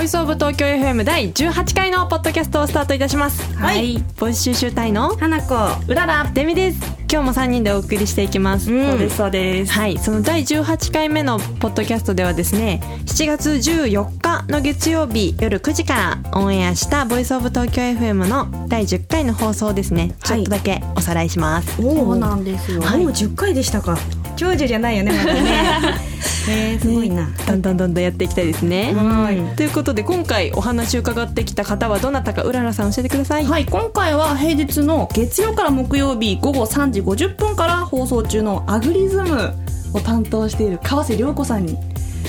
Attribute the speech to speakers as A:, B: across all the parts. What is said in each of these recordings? A: イスオブ東京 FM 第18回のポッドキャストをスタートいたします
B: はい
A: ボイス収集隊の
B: 花子
A: うららデミです今日も三人でお送りしていきます、
B: うん
A: そうですそうですはいその第18回目のポッドキャストではですね7月14日の月曜日夜9時からオンエアしたボイスオブ東京 FM の第10回の放送をですねち
B: は
A: ょ
B: い
A: っとだけおさらいします、
B: そうなん
C: ですよ
B: もう10回でしたか長寿じゃないよねまだねえー、すごいな、
A: どんどんどんどんやっていきたいですね、
B: はい
A: ということで今回お話伺ってきた方はどなたかうららさん教えてください、
C: はい今回は平日の月曜から木曜日午後3時50分から放送中のアグリズムを担当している川瀬涼子さんに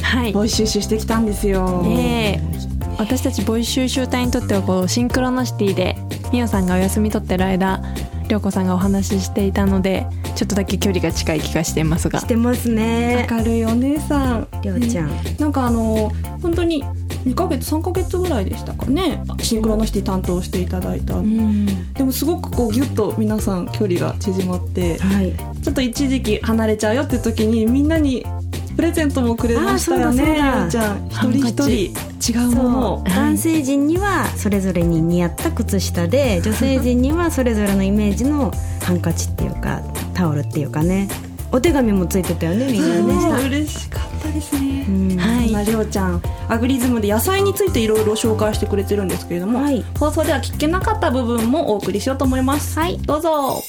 A: はい
C: ボイス収集してきたんですよ、
A: ねえ私たちボイス収集隊にとってはこうシンクロノシティでみおさんがお休み取ってる間涼子さんがお話ししていたのでちょっとだけ距離が近い気がしていますが
B: してますね
C: 明るいお姉さん
B: りょうちゃん、
C: なんかあの本当に2ヶ月3ヶ月ぐらいでしたかねシンクロのシティ担当していただいた、
A: うん
C: でもすごくこうギュッと皆さん距離が縮まって
B: はい
C: ちょっと一時期離れちゃうよって時にみんなにプレゼントもくれましたよね
B: あーそうだそうだ
C: ゆうちゃん一人一人違うもの
B: そ
C: を
B: う男性陣にはそれぞれに似合った靴下 で女性陣にはそれぞれのイメージのハンカチっていうかタオルっていうかねお手紙もついてたよねみんなね、
C: そう嬉しかったですね
B: うん
A: はい
C: そんなりょうちゃんアグリズムで野菜についていろいろ紹介してくれてるんですけれども、
B: はい
C: 放送では聞けなかった部分もお送りしようと思いますはいどうぞ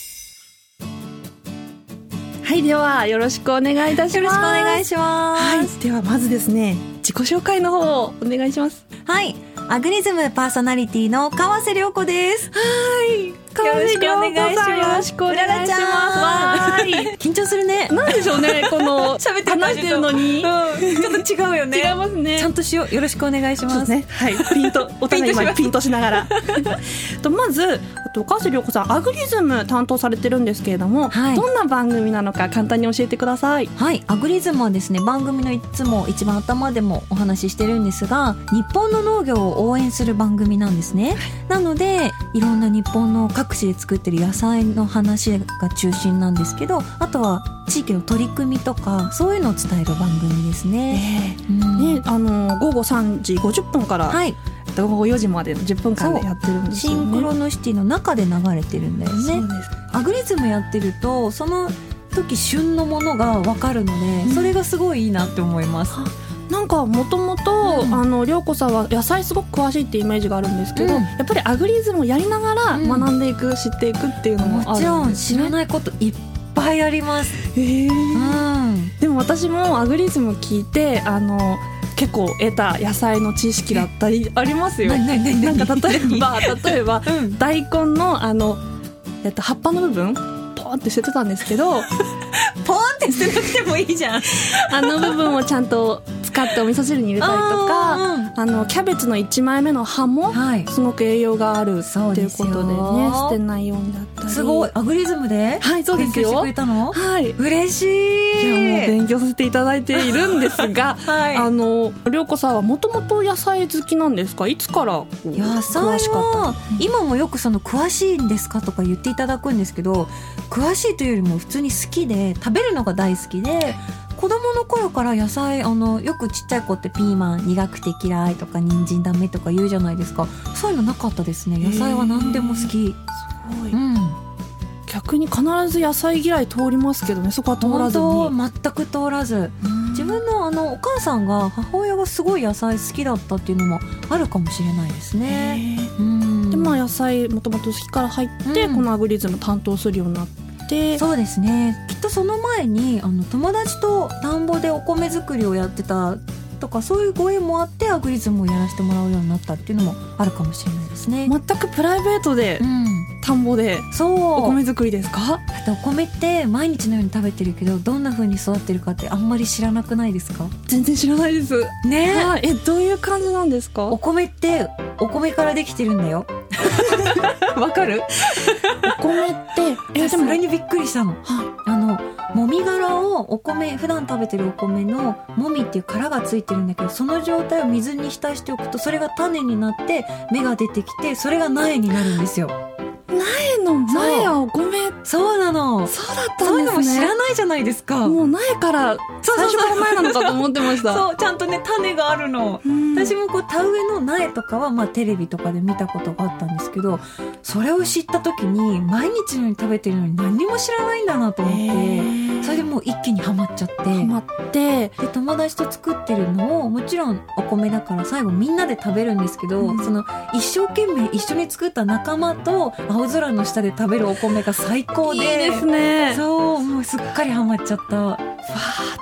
C: はいではよろしくお願いいたします
D: よろしくお願い
C: し
D: します。
C: はいではまずですね自己紹介の方をお願いします
D: はい。アグリズムパーソナリティの川瀬良子です。はい。よろしくお願いします。
C: よろしくお願いします
D: うららちゃんわーい緊張するね。
C: なんでしょうねこの
D: 喋ってる感じと
C: 話してるのに、
D: ちょっと違うよね。
C: 違いますね
D: ちゃんとしよう。よろしくお願いし
C: そう
D: ま。
C: ですすね。はい。ピ ンと、お互い今ピンとしながら。とまず、あと岡瀬良子さん、アグリズム担当されてるんですけれども、
D: はい
C: どんな番組なのか簡単に教えてください。
D: はい、アグリズムはですね番組のいつも一番頭でもお話ししてるんですが日本の農業を応援する番組なんですね、なのでいろんな日本の各地で作ってる野菜の話が中心なんですけどあとは地域の取り組みとかそういうのを伝える番組ですね。うん
C: ね、あの午後3時50分から、
D: はい、
C: えっと午後4時までの10分間でやってるんです
D: シ
C: よね。
D: ンクロノシティの中で流れてるんだよ
C: そ
D: ね
C: う。です
D: アグリズムやってるとその時旬のものがわかるので、
C: うん
D: それがすごいいいなって思います。
C: なんかもともと
D: うん
C: あの涼子さんは野菜すごく詳しいってイメージがあるんですけど、
D: うん
C: やっぱりアグリズムをやりながら
D: うん
C: 学んでいく、知っていくっていうのも
D: も
C: あ
D: ちろ
C: るん
D: ん
C: です
D: 知
C: ね。
D: らないこといっぱいあります。
C: へー
D: うん。
C: でも私もアグリズム聞いてあの結構得た野菜の知識だったりありますよ。
D: ななな
C: なんか
D: な
C: 例えば 例えば
D: うん。
C: 大根のあのえっと葉っぱの部分ポンって捨ててたんですけ ど
D: ポーンって捨てなくてもいいじゃん。
C: あの部分をちゃんと使ってお味噌汁に入れたりとかあ
D: あ
C: のキャベツの1枚目の葉も
D: ーうんはい。
C: すごく栄養がある
D: そう
C: ってい
D: で
C: う
D: す
C: こ
D: よ
C: とでね捨てないようにだったり
D: すごいアグリズムで
C: はいそうで
D: 勉
C: す
D: 強して
C: よ
D: くれたの？
C: はい
D: 嬉し
C: いやもう
D: い。
C: 勉強させていただいているんですが
D: はい。
C: あの涼子さんはもともと野菜好きなんですかいつからこう
D: 野菜
C: 詳しかった
D: は今もよくその詳しいんですかとか言っていただくんですけど詳しいというよりも普通に好きで食べるのが大好きで子供の頃から野菜あのよくちっちゃい子ってピーマン苦くて嫌いとか人参ダメとか言うじゃないですかそういうのなかったですね野菜は何でも好き、
C: はい
D: うん
C: 逆に必ず野菜嫌い通りますけどねそこは通ら
D: 本
C: ずに
D: 当全く通らず自分のあのお母さんが母親がすごい野菜好きだったっていうのもあるかもしれないですね、
C: ね
D: うん
C: でまあ野菜もともと好きから入って、
D: うん
C: このアグリズム担当するようになって
D: そうですねきっとその前にあの友達と田んぼでお米作りをやってたとかそういうご縁もあってアグリズムをやらせてもらうようになったっていうのもあるかもしれないですね。
C: 全くプライベートで
D: うん、
C: 田んぼで
D: そう
C: お米作りですか
D: だってお米って毎日のように食べてるけどどんな風に育ってるかってあんまり知らなくないですか
C: 全然知らないです
D: ねえ
C: はいえどういう感じなんですか
D: お
C: お
D: 米ってお米からできてるんだよわかる
C: 米ってえで
D: そ
C: も
D: れにびっくりしたの
C: は
D: あのもみ殻をお米普段食べてるお米のもみっていう殻がついてるんだけどその状態を水に浸しておくとそれが種になって芽が出てきてそれが苗になるんですよ
C: い苗の苗はお米
D: そうなの
C: そうだった
D: そ
C: ん
D: ういう
C: で
D: の
C: す
D: も
C: ね
D: 知らないじゃないですか
C: もう苗から
D: そうそ
C: 最
D: うそう
C: 初から苗なのかと思ってました
D: そうちゃんとね種があるの
C: うん
D: 私もこう田植えの苗とかは、まあ、テレビとかで見たことがあったんですけどそれを知った時に毎日のように食べてるのに何にも知らないんだなと思って、それでもう一気にハマっちゃって
C: ハマって
D: で友達と作ってるのをもちろんお米だから最後みんなで食べるんですけど、
C: うん
D: その一生懸命一緒に作った仲間と青空の下で食べるお米が最高
C: い
D: で
C: いですね
D: そうもうすっかりハマっちゃった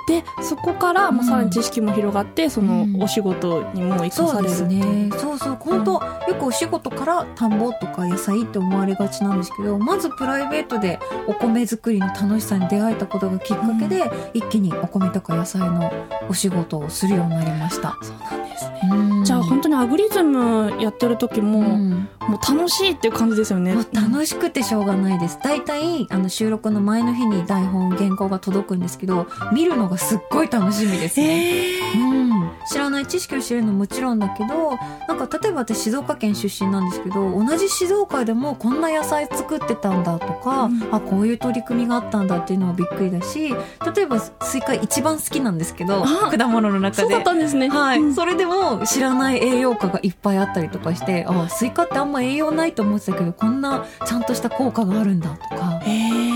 C: でそこからもうさらに知識も広がってその
D: うん
C: お仕事にも生か
D: そ
C: され
D: うで
C: る
D: すねそうそう本当、よくお仕事から田んぼとか野菜って思われがちなんですけどまずプライベートでお米作りの楽しさに出会えたことがきっかけで、一気にお米とか野菜のお仕事をするようになりました
C: そうなんですね
D: うん
C: じゃあ本当にアグリズムやってる時も、
D: うん
C: もう楽しいっていう感じですよね
D: もう楽しくてしょうがないです大体あの収録の前の日に台本原稿が届くんですけど見るのがすっごい楽しみですね、
C: え
D: うん、知らない知識を知るのもちろんだけどなんか例えば私静岡県出身なんですけど同じ静岡でもこんな野菜作ってたんだとか、
C: うん
D: あこういう取り組みがあったんだっていうのもびっくりだし例えばスイカ一番好きなんですけど
C: あ
D: 果物の中
C: そう
D: で
C: だったんですね
D: はい、
C: うん
D: それでも知らない栄養価がいっぱいあったりとかしてあスイカってあんま栄養ないと思ってたけどこんなちゃんとした効果があるんだとか、
C: えー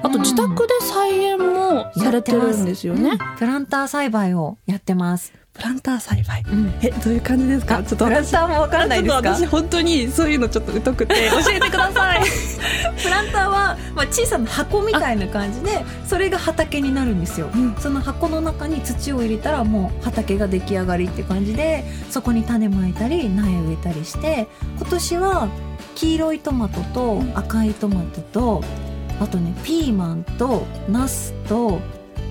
C: あと自宅で菜園もされてるんですよね、
D: うんプランター栽培をやってます、
C: プランター栽培
D: うん、
C: えどういう感じですかちょっと
D: プランターもわからないですか
C: ちょっと私本当にそういうのちょっと疎くて
D: 教えてください プランターは、まあ、小さな箱みたいな感じでそれが畑になるんですよ、
C: うん
D: その箱の中に土を入れたらもう畑が出来上がりって感じでそこに種まいたり苗植えたりして今年は黄色いトマトと赤いトマトとあとねピーマンとナスと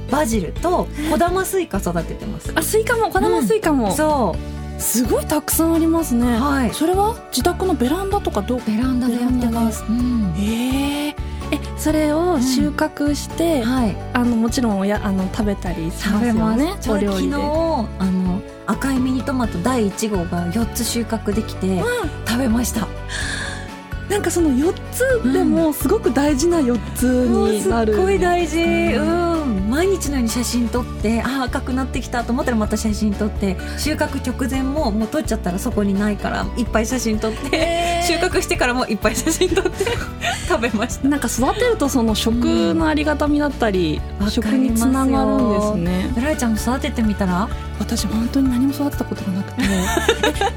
D: バジルと小玉スイカ育ててます
C: あスイカも小玉スイカも、
D: そ
C: すごいたくさんありますね、
D: うはい
C: それは自宅のベランダとかどう
D: ベランダでやってます、うん
C: えええそれを収穫して、
D: はい
C: あのもちろんおやあの食べたりし
D: 食
C: ます
D: べ
C: よ
D: ます
C: ね
D: ちょうど昨日あの赤いミニトマト第1号が4つ収穫できて食べました
C: なんかその4つでもすごく大事な4つ
D: もうす
C: に
D: っ
C: なる、
D: ごい大事
C: う
D: うん毎日のように写真撮ってあー赤くなってきたと思ったらまた写真撮って収穫直前ももう撮っちゃったらそこにないからいっぱい写真撮って収穫してからもいっぱい写真撮って食べました
C: なんか育てるとその食のありがたみだったり、
D: うん
C: 食につながるんですね
D: 村井ちゃんも育ててみたら
C: 私本当に何も育てたことがなくてえ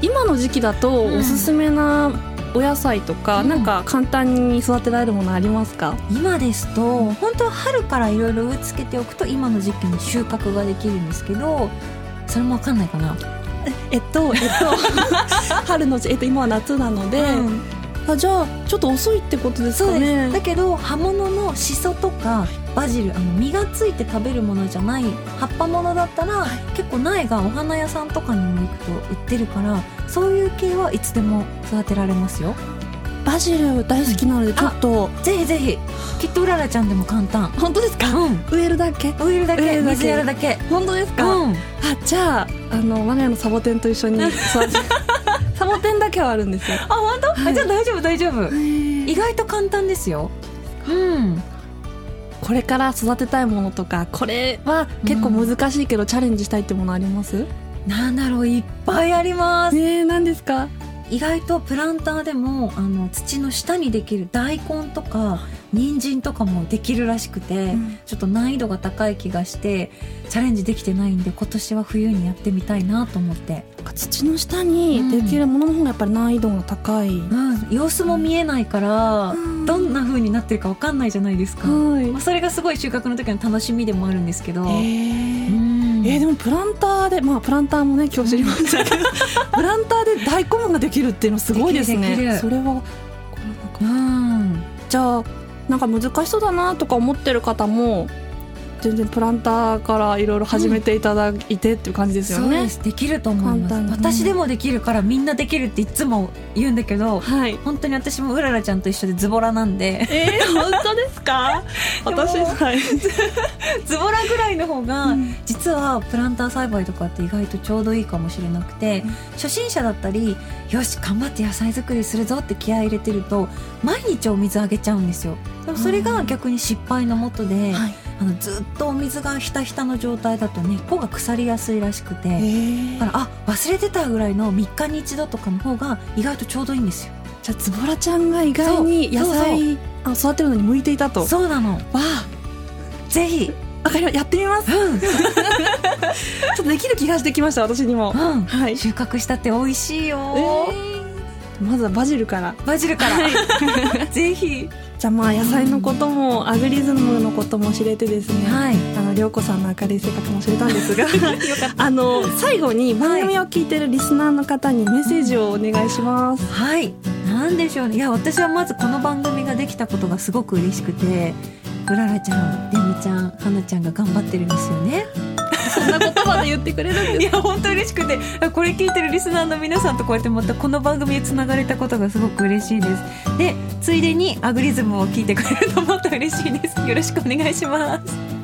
C: 今の時期だと
D: うん
C: おすすめなお野菜とか、
D: うん
C: なんか簡単に育てられるものありますか、
D: 今ですと本当は春からいろいろ植え付けておくと今の時期に収穫ができるんですけどそれもわかんないかな、
C: えっとえっと春のえっと今は夏なので
D: うん
C: あじゃあちょっと遅いってことです
D: そう
C: か
D: で
C: ね
D: すだけど葉物のシソとかバジルあの実がついて食べるものじゃない葉っぱものだったら、結構苗がお花屋さんとかにも行くと売ってるからそういう系はいつでも育てられますよ
C: バジル大好きなのでちょっと、
D: ぜひぜひきっとうららちゃんでも簡単
C: 本当ですか
D: うん
C: 植えるだけ
D: 植えるだけ
C: 植えるだけ
D: 水やるだけ
C: 本当です
D: う
C: か、あ
D: ん
C: じゃああの我が家のサボテンと一緒に 育てサボテンだけはあるん ですよ
D: あ本当、あじゃあ大丈夫大丈夫
C: い
D: 意外と簡単ですようん
C: これから育てたいものとかこれは結構難しいけどチャレンジしたいってものあります、
D: なんだろういっぱいあります
C: ねえ何ですか
D: 意外とプランターでもあの土の下にできる大根とか人参とかもできるらしくて、
C: ん
D: ちょっと難易度が高い気がしてチャレンジできてないんで今年は冬にやってみたいなと思って、
C: 土の下にできるものの方がやっぱり難易度が高い、
D: うん、様子も見えないから、
C: ん
D: どんな風になってるかわかんないじゃないですか、
C: は
D: まあ、
C: い
D: それがすごい収穫の時の楽しみでもあるんですけ
C: え
D: ど、うん
C: えーでもプランターでまあプランターもね今日知りましたけど プランターで大根ができるっていうのすごいです
D: できるでき
C: ね
D: る
C: それは
D: うん
C: じゃあなんか難しそうだなとか思ってる方も全然プランターからいろいろ始めていただいてっていう感じですよ
D: そう
C: ね、
D: ですできると思い
C: 簡
D: ま
C: 単
D: す
C: に
D: 私でもできるからみんなできるっていつも言うんだけど
C: はい
D: 本当に私もうららちゃんと一緒でズボラなんで
C: えー、本当ですか 私
D: でも
C: はい
D: ズボラぐらいの方が、
C: うん
D: 実はプランター栽培とかって意外とちょうどいいかもしれなくて、
C: うん
D: 初心者だったりよし頑張って野菜作りするぞって気合い入れてると毎日お水あげちゃうんですよでもそれが逆に失敗のもとで、
C: はい
D: あのずっとお水がひたひたの状態だと根っこが腐りやすいらしくて、だからあ忘れてたぐらいの3日に一度とかの方が意外とちょうどいいんですよ
C: じゃあズボラちゃんが意外に野
D: そうそう
C: 菜あ育てるのに向いていたとわ
D: そうなの
C: あ
D: ぜひ
C: わかりまやってみますちょ
D: うん
C: っとできる気がしてきました私にも
D: うん
C: はい
D: 収穫したって美味しいよ、
C: まずはバジルから
D: バジルから、 ぜひ
C: じゃあまあ野菜のこともアグリズムのことも知れてですね、
D: はい
C: あの涼子さんの明るい性格も知れたんです があの最後に番組を聞いてるリスナーの方にメッセージをお願いします、
D: はいなんでしょうねいや私はまずこの番組ができたことがすごく嬉しくてうららちゃんでみちゃんはなちゃんが頑張ってるんですよね
C: そんな言葉で言ってくれるんです
D: いや本当嬉しくてこれ聞いてるリスナーの皆さんとこうやってまたこの番組でつながれたことがすごく嬉しいですでついでにアグリズムを聞いてくれるともっと嬉しいですよろしくお願いします